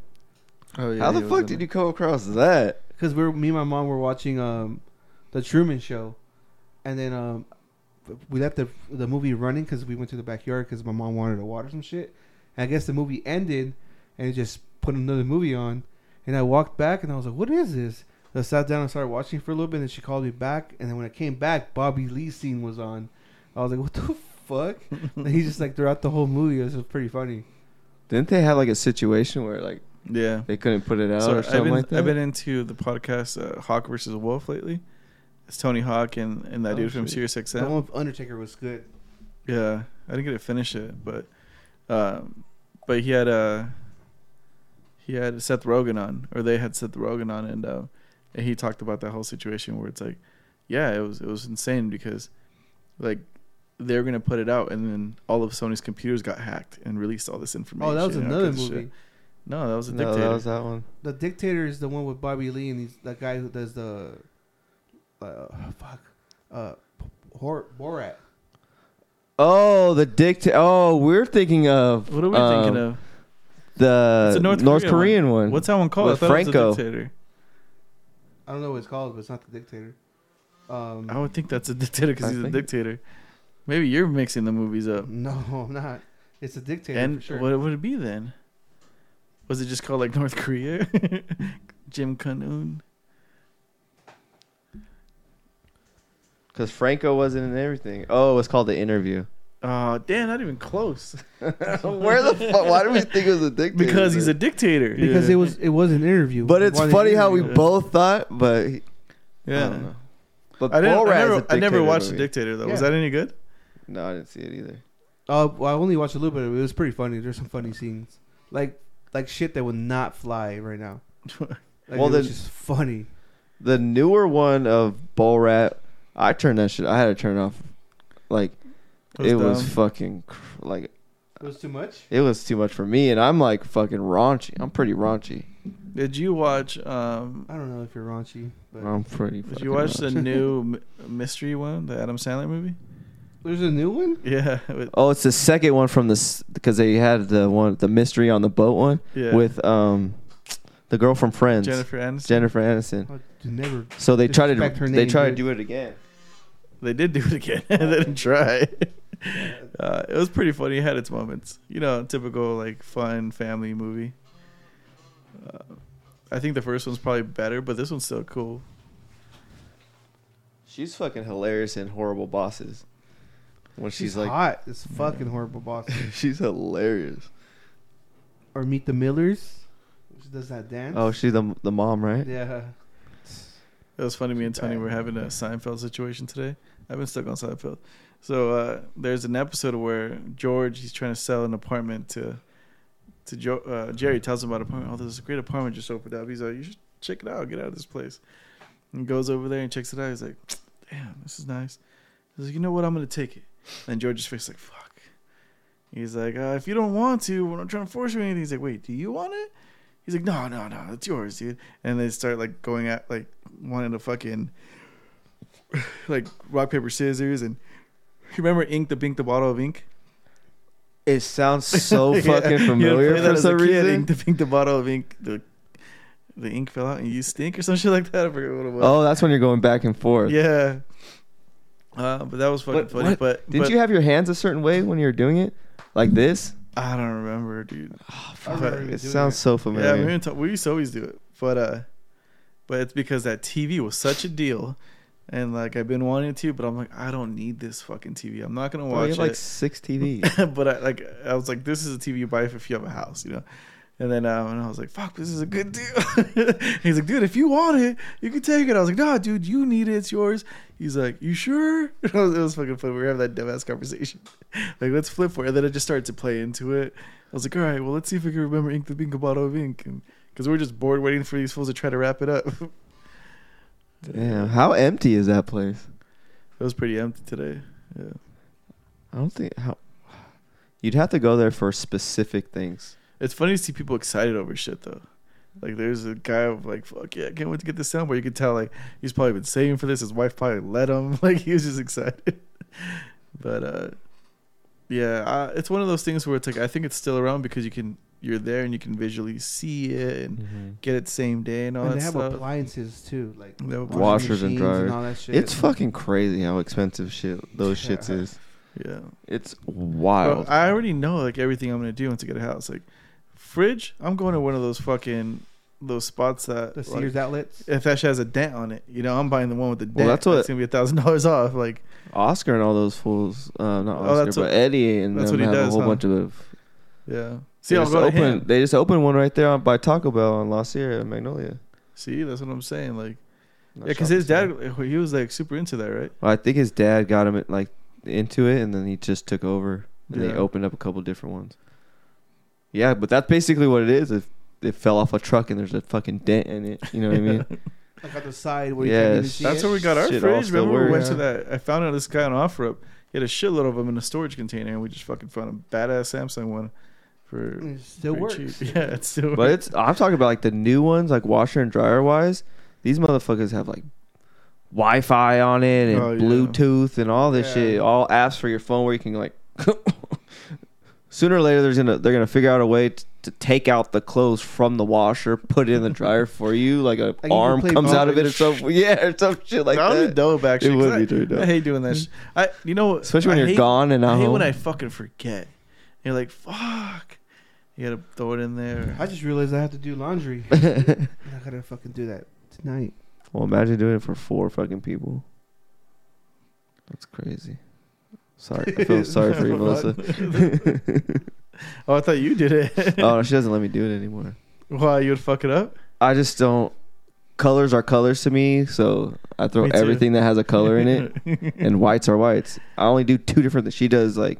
Oh How the fuck did you come across that? because we are me and my mom were watching um the Truman Show, and then um we left the the movie running because we went to the backyard because my mom wanted to water some shit. And I guess the movie ended, and it just put another movie on, and I walked back and I was like, "What is this?" I sat down and started watching for a little bit, and then she called me back. And then when I came back, Bobby Lee scene was on. I was like, what the fuck? and he just like throughout the whole movie. It was pretty funny. Didn't they have like a situation where like Yeah. they couldn't put it out So or I've something been like that? I've been into the podcast uh, Hawk versus Wolf lately. It's Tony Hawk and, and that Oh, dude from sweet. Sirius That XM. one with Undertaker was good. Yeah, I didn't get to finish it, but um, but he had uh, he had Seth Rogen on, or they had Seth Rogen on, and uh, and he talked about that whole situation where it's like, yeah, it was it was insane because like they were gonna put it out, and then all of Sony's computers got hacked and released all this information. Oh, that was and all another kinds of movie. shit. No, that was a no, dictator. that was that one. The Dictator is the one with Bobby Lee and he's that guy who does the uh, fuck uh, Hor- Borat. Oh, the dictator. Oh, we're thinking of what are we um, thinking of? The It's a North, North Korea one. Korean one. What's that one called? I with thought it Franco. was a dictator. I don't know what it's called, but it's not the Dictator. Um, I would think that's a [laughs] dictator I because he's a think- dictator. Maybe you're mixing the movies up. no, [laughs] I'm not. It's a Dictator And for sure. what would it be then? Was it just called like North Korea? [laughs] Jim Canoon. Because Franco wasn't in everything. Oh, it's called the [laughs] interview. Oh, damn, not even close. Where the fuck? Why do we think it was a dictator? [laughs] Because he's a dictator. Because it was it was an interview. But it's Why they funny how we interviewed him. both thought, but he- I don't Yeah. know. But I, didn't, I, Borat is a never, I never dictator watched The movie. Dictator, though. Was Yeah. that any good? [laughs] No, I didn't see it either. Uh, well, I only watched a little bit. of it. It was pretty funny. There's some funny scenes, like like shit that would not fly right now. Like, it Well, was then- just funny. The newer one of Borat, I turned that shit. I had to turn off. Like it was, dumb. fucking cr- like It was too much. it was too much for me, and I'm like fucking raunchy. I'm pretty raunchy. Did you watch. Um, I don't know if you're raunchy, but I'm pretty. did fucking you watch the raunchy. [laughs] new m- mystery one, the Adam Sandler movie? [laughs] there's a new one. Yeah, with, Oh, it's the second one from this because they had the one the mystery on the boat one yeah. with um the girl from Friends, Jennifer Aniston. Jennifer Aniston. I Oh, never. So they tried to Disrespect her they name, tried to dude. do it again. They did do it again. [laughs] they didn't [laughs] try. Uh, it was pretty funny. It had its moments. You know, typical like fun family movie. Uh, I think the first one's probably better, but this one's still cool. She's fucking hilarious in horrible bosses. When she's, She's like, hot. It's fucking horrible, boss. [laughs] she's hilarious. or Meet the Millers. She does that dance. Oh, she's the the mom, right? yeah. It was funny. Me and Tony Bad. were having a Seinfeld situation today. I've been stuck on Seinfeld. So uh, there's an episode where George he's trying to sell an apartment to to jo- uh, Jerry. Tells him about an apartment. Oh, there's a great apartment just opened up. He's like, you should check it out. Get out of this place. And goes over there and checks it out. He's like, damn, this is nice. He's like, you know what? I'm gonna take it. And George's face is like, fuck. He's like, uh, if you don't want to, we're not trying to force you or anything. He's like, wait, do you want it? He's like, no, no, no, it's yours, dude. And they start like going at like wanting to fucking [sighs] like rock paper scissors and you remember ink the bink the bottle of ink [laughs] It sounds so Yeah. fucking You familiar played that for as a some kid, reason. ink the bink the bottle of ink the the ink fell out and you stink or some [laughs] shit like that I forget what it was Oh, that's when you're going back and forth. yeah uh, but that was fucking Oh. What- funny what? but Didn't but you have your hands a certain way when you were doing it, like this? I don't remember dude Ah, I remember him It doing sounds so yeah familiar. we, didn't talk, we used to always do it but uh but it's because that TV was such a deal and like I've been wanting to but I'm like I don't need this fucking TV I'm not gonna Bro, you watch have it like six [laughs] TVs. but I like I was like, this is a TV you buy if you have a house, you know. And then um, and I was like, fuck, this is a good deal. [laughs] He's like, dude, if you want it, you can take it. I was like, nah, dude, you need it, it's yours. He's like, you sure? [laughs] It was, it was fucking funny. We were having that dumbass conversation. [laughs] like, let's flip for it. And then I just started to play into it. I was like, all right, well, let's see if we can remember Ink the Bink Bottle of Ink. Because we were just bored waiting for these fools to try to wrap it up. [laughs] Damn, how empty is that place? It was pretty empty today. Yeah. I don't think how. You'd have to go there for specific things. It's funny to see people excited over shit though. Like there's a guy of like fuck yeah, I can't wait to get this soundboard. You could tell like he's probably been saving for this. His wife probably let him. [laughs] Like he was just excited. [laughs] but uh yeah, I, it's one of those things where it's like I think it's still around because you can you're there and you can visually see it and get it same day and all and that they have stuff. appliances too, like uh, They have washing Washers and machines dryers. all that shit. It's fucking crazy how expensive shit those shits Yeah. is. yeah. It's Bro, wild. I already know like everything I'm gonna do once I get a house. Like fridge, I'm going to one of those fucking those spots that The like, Sears outlets. if that shit has a dent on it, you know, I'm buying the one with the dent. Well, that's what- it's gonna be a thousand [laughs] dollars off. Like Oscar and all those fools. Uh, not Oh, Oscar, that's but what- Eddie and that's what them he have a does, whole huh? bunch of. yeah. See, they I'll just go to open, him. They just opened one right there on, by Taco Bell on La Sierra Magnolia. See, that's what I'm saying. Like, yeah, Not because shopping his center. dad, he was like super into that, right? Well, I think his dad got him like into it, and then he just took over, and they Yeah. opened up a couple different ones. Yeah, but that's basically what it is. If it fell off a truck and there's a fucking dent in it, you know what I mean? Like on the side where Yeah, you can it's- see That's it. where we got our Shit all fridge. still Remember, we went works. to that. I found out this guy on OfferUp. He had a shitload of them in a storage container, and we just fucking found a badass Samsung one Mm. for It still pretty works. cheap. [laughs] Yeah, it's still. But it's I'm talking about like the new ones, like washer and dryer wise. These motherfuckers have like Wi-Fi on it and Oh, yeah. Bluetooth and all this Yeah. shit. All apps for your phone where you can like. [laughs] sooner or later, there's gonna they're gonna figure out a way t- to take out the clothes from the washer, put it in the dryer for you. Like an Like you can arm play comes out of it bowling. or something. Yeah, or some [laughs] shit like that would that. be dope. Actually, It 'cause would be I- pretty dope. I hate doing that. Sh- I, you know, Especially when I you're hate- gone and I not hate when home. I fucking forget. You're like, fuck. You gotta throw it in there. I just realized I have to do [laughs] laundry. I gotta fucking do that tonight. well, imagine doing it for four fucking people. That's crazy. Sorry, [laughs] I feel sorry for you, Melissa. oh, I thought you did it. oh, she doesn't let me do it anymore. [laughs] Why you would fuck it up? I just don't. Colors are colors to me, so I throw Me too. everything that has a color in [laughs] it, and whites are whites. I only do two different things. She does like,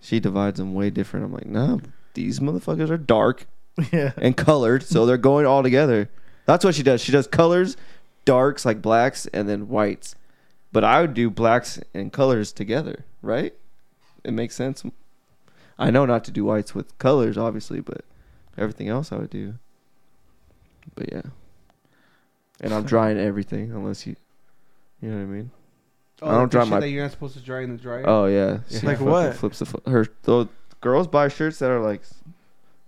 she divides them way different. I'm like, no, these motherfuckers are dark yeah. and colored, so they're going all together. That's what she does. She does colors, darks like blacks, and then whites. But I would do blacks and colors together, right? It makes sense. I know not to do whites with colors, obviously, but everything else I would do. But yeah. And I'm drying everything unless you, you know what I mean? I don't like Oh, the dry shit my- That you're not supposed to dry in the dryer. Oh yeah, Yeah. She Like fucking what? Flips the fu- her. Though girls buy shirts that are like s-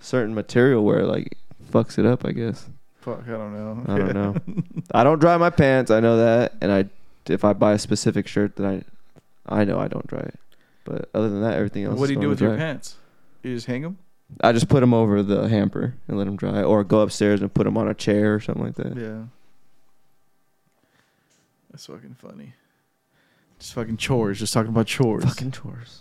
certain material where it, like fucks it up. I guess. Fuck, I don't know. I [laughs] don't know. I don't dry my pants. I know that, and I if I buy a specific shirt, then I I know I don't dry it. But other than that, everything else. What do is you do with normally your dry. pants? You just hang them? I just put them over the hamper and let them dry, or go upstairs and put them on a chair or something like that. Yeah. That's fucking funny. Just fucking chores. Just talking about chores. Fucking chores.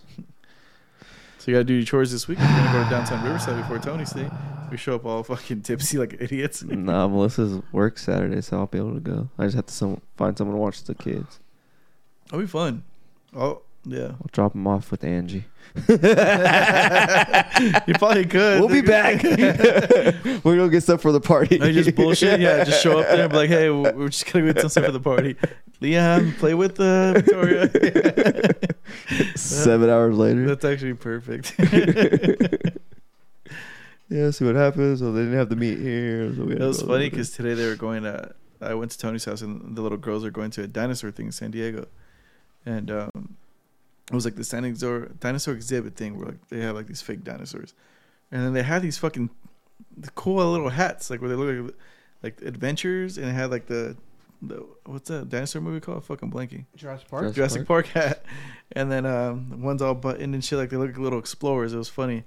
So you gotta do your chores this week. We're gonna go to downtown Riverside before Tony's thing. We show up all [laughs] fucking tipsy like idiots. nah, Melissa's work Saturday, so I'll be able to go. I just have to some, find someone to watch the kids. That'll be fun. Oh yeah. I'll drop them off with [laughs] Angie. you probably could. We'll [laughs] be back. We're gonna get stuff for the party. I just bullshit. Yeah, just show up there and be like, hey, we're we're just gonna go get some stuff for the party. Leon, play with uh, Victoria. Uh, Seven hours later. That's actually perfect. [laughs] [laughs] yeah, see what happens. So they didn't have to meet here. So we had It to was go funny over because today they were going to. I went to Tony's house and the little girls are going to a dinosaur thing in San Diego, and um, it was like the San dinosaur dinosaur exhibit thing where like they had like these fake dinosaurs, and then they had these fucking cool little hats like where they look like like adventures and it had like the the what's that dinosaur movie called? Fucking blanking. Jurassic Park. Jurassic Jurassic Park hat, [laughs] and then um, one's all buttoned and shit like they look like little explorers. It was funny,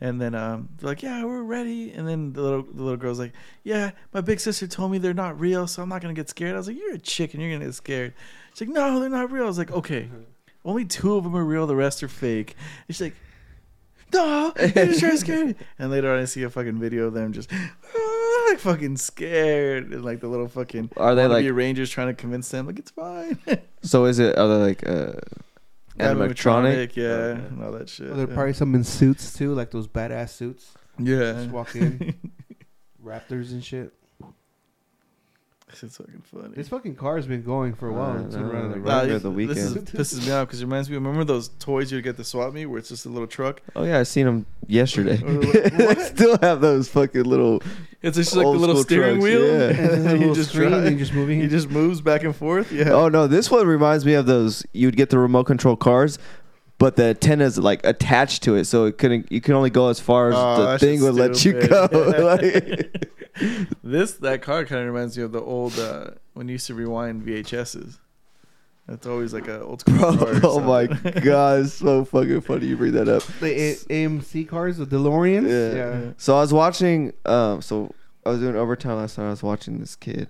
and then um, they're like, "Yeah, we're ready." And then the little the little girl's like, "Yeah, my big sister told me they're not real, so I'm not gonna get scared." I was like, "You're a chick and you're gonna get scared." She's like, "No, they're not real." I was like, "Okay, only two of them are real. The rest are fake." And she's like. No, you're sure [laughs] scared. And later on, I see a fucking video of them just "Ah," like fucking scared, and like the little fucking Are they, wannabe like- rangers trying to convince them like it's fine. [laughs] So is it? Are they like uh, animatronic? yeah, Okay. and all that shit. Oh, there are yeah. probably some in suits too, like those badass suits. [laughs] yeah, Just walk in. Raptors and shit. [laughs] this is fucking funny. This fucking car has been going for a I while. It's been know, running right? around. Nah, of the this is weekend. this is me out because it reminds me. Remember those toys you get at the swap meet where it's just a little truck? Oh yeah, I seen them yesterday. Or like, [laughs] I still have those fucking little. It's just like the Old little school steering trucks, wheel, yeah. And then and then [laughs] the you little just screen, drive. and just [laughs] moving. He it. just moves back and forth. Yeah. [laughs] Oh no, this one reminds me of those. You'd get the remote control cars, but the antenna's like attached to it, so it couldn't. You can only go as far as Oh, the that thing shit's would let you stupid. [laughs] go. [laughs] Like- this that car kind of reminds me of the old uh, when you used to rewind VHSs. That's always like a old school Bro, car or [laughs] oh my something. god, it's so fucking funny you bring that up. the A- AMC cars, the DeLoreans. Yeah. Yeah. So I was watching. Um, so I was doing overtime last night. I was watching this kid,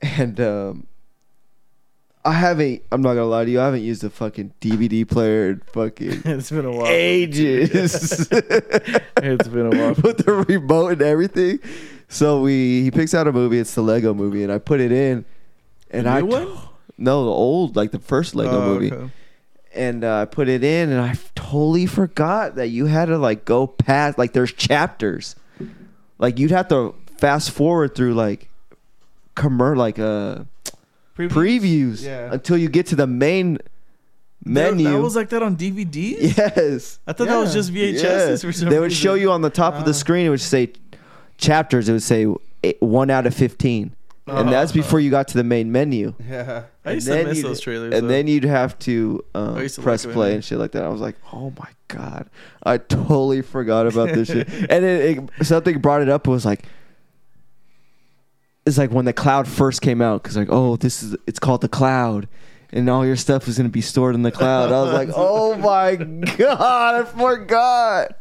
and um, I haven't. I'm not gonna lie to you. I haven't used a fucking DVD player in fucking [laughs] it's been a while. ages. [laughs] It's been a while. with the remote and everything. So we he picks out a movie. It's the Lego Movie, and I put it in, and New I one? no the old like the first Lego Oh, movie, okay. and uh, I put it in, and I f- totally forgot that you had to like go past like there's chapters, like you'd have to fast forward through like commer like uh previews Yeah. until you get to the main menu. That, that [laughs] was like that on DVDs. yes. I thought that was Yeah. just VHSs Yeah. for some They would show reason. Uh. you on the top of the Ah. screen. It would say chapters. It would say eight, one out of fifteen, and that's Oh. before you got to the main menu. Yeah. I and used to then miss you'd- those trailers. And though. then you'd have to um, I used to press like it, play man. and shit like that. I was like, oh my god, I totally forgot about this [laughs] shit. And it, it, something brought it up. Was like. It's like when the cloud first came out, because like, oh, this is it's called the cloud, and all your stuff is gonna be stored in the cloud. I [laughs] was like, oh my god, I forgot.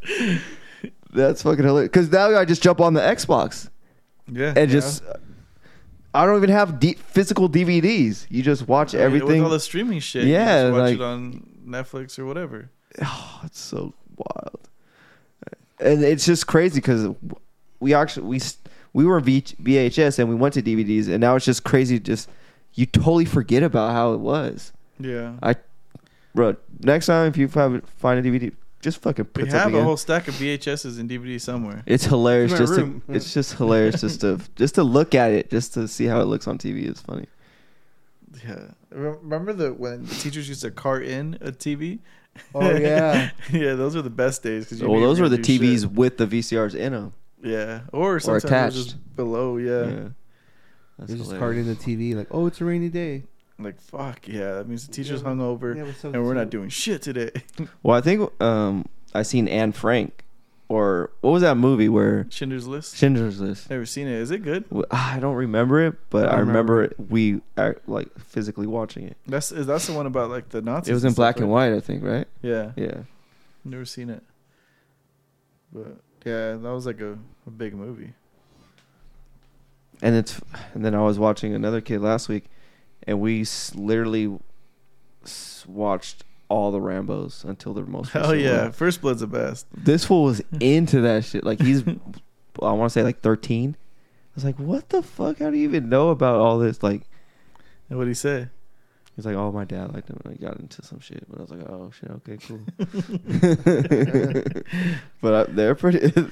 That's fucking hilarious. Because now I just jump on the Xbox yeah, [laughs] and just I don't even have d- physical DVDs. You just watch I mean, everything. with all the streaming shit. you Yeah, just watch like- it on Netflix or whatever. [sighs] oh, it's so wild, and it's just crazy because we actually we s- we were v- VHS and we went to DVDs, and now it's just crazy. Just you totally forget about how it was, Yeah, I- bro. Next time if you find find a DVD, just fucking put we have something a in. whole stack of VHSs and DVDs somewhere. It's hilarious In my just to, room. it's just hilarious just [laughs] to just to look at it just to see how it looks on TV is funny. Yeah, Re- remember the when the teachers used to cart in a TV? Oh, yeah. [laughs] yeah, those were the best days because Well, Oh, those were the TVs with the VCRs in them. Yeah, or sometimes it was attached. just below. Yeah. [laughs] That's They just hilarious. card in the TV like, oh, it's a rainy day. like fuck yeah, that means the teacher's Yeah. hungover Yeah, but so- and we're so- not doing shit today. [laughs] Well, I think um, I seen Anne Frank, or what was that movie where Schindler's List. Schindler's List? Never seen it. Is it good? W- I don't remember it, but I remember, it, we I, like physically watching it. That's is that's the one about like the Nazis. It was in stuff, black and right? white, I think, right? Yeah. Yeah. Never seen it. But yeah, that was like a, a big movie. and it's and then I was watching another kid last week, and we s- literally s- watched all the Rambo's until the most. Hell recent yeah. one. First Blood's the best. This fool was into that shit. Like he's, I want to say like thirteen. I was like, what the fuck? How do you even know about all this? Like And what'd he say? he's like, oh my dad liked him and he got into some shit. But I was like, oh shit, okay, cool. [laughs] but I, they're pretty, [laughs]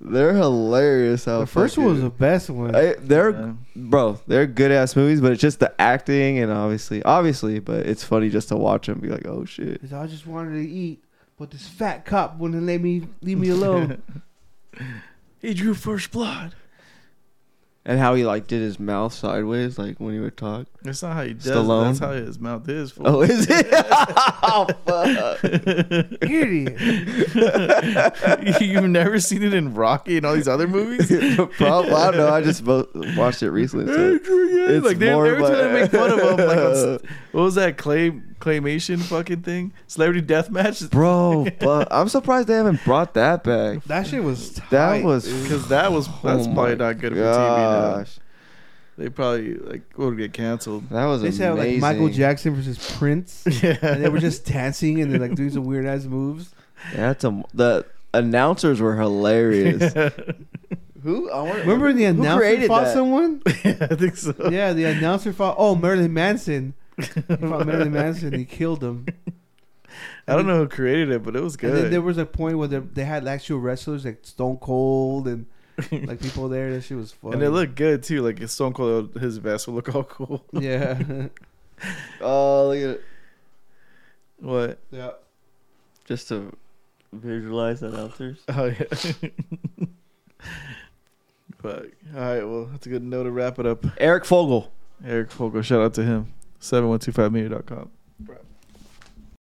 they're hilarious. How the first one was the fucking- best one. [laughs] I- they're Yeah. bro, they're good ass movies, but it's just the acting and obviously, obviously, but it's funny just to watch them be like, oh shit. Cause I just wanted to eat, but this fat cop wouldn't let me leave me alone. [laughs] He drew First Blood. And how he like did his mouth sideways, like when he would talk. That's not how he does. it. Stallone? That's how his mouth is. fool. Oh, is [laughs] it? oh, [laughs] fuck. Idiot. You've never seen it in Rocky and all these other [laughs] movies? Probably, I don't know. I just mo- watched it recently. So. it's like they, they more were trying to like- make fun of him. Like on, s- what was that clay claymation fucking thing? Celebrity death match? [laughs] [laughs] Bro, but I'm surprised they haven't brought that back. That shit was tight. That was Because that was that's Oh my probably not good for TV. Now. gosh. They probably like would get canceled. That was They amazing. said like Michael Jackson [laughs] versus Prince, Yeah, and they were just dancing and they like doing some weird ass moves. That's a, the announcers [laughs] were hilarious. [laughs] Who? I want Remember the announcer created fought that? [laughs] someone? I think so. Yeah, the announcer fought. [laughs] Oh, Marilyn Manson. He fought Marilyn Manson. He killed him. I don't know who created it, but it was And then good. [laughs] there was a point where they, they had actual wrestlers like Stone Cold and like people there. That shit was fun. and it looked good too. Like his Stone Cold, his vest would look all cool. [laughs] [laughs] Yeah. [laughs] Oh, look at it. What? yeah. Just to visualize the announcers. Oh yeah. [laughs] Fuck. All right. Well, that's a good note to wrap it up. Eric Fogel. Eric Fogel, shout out to him. Seven one two five media.com.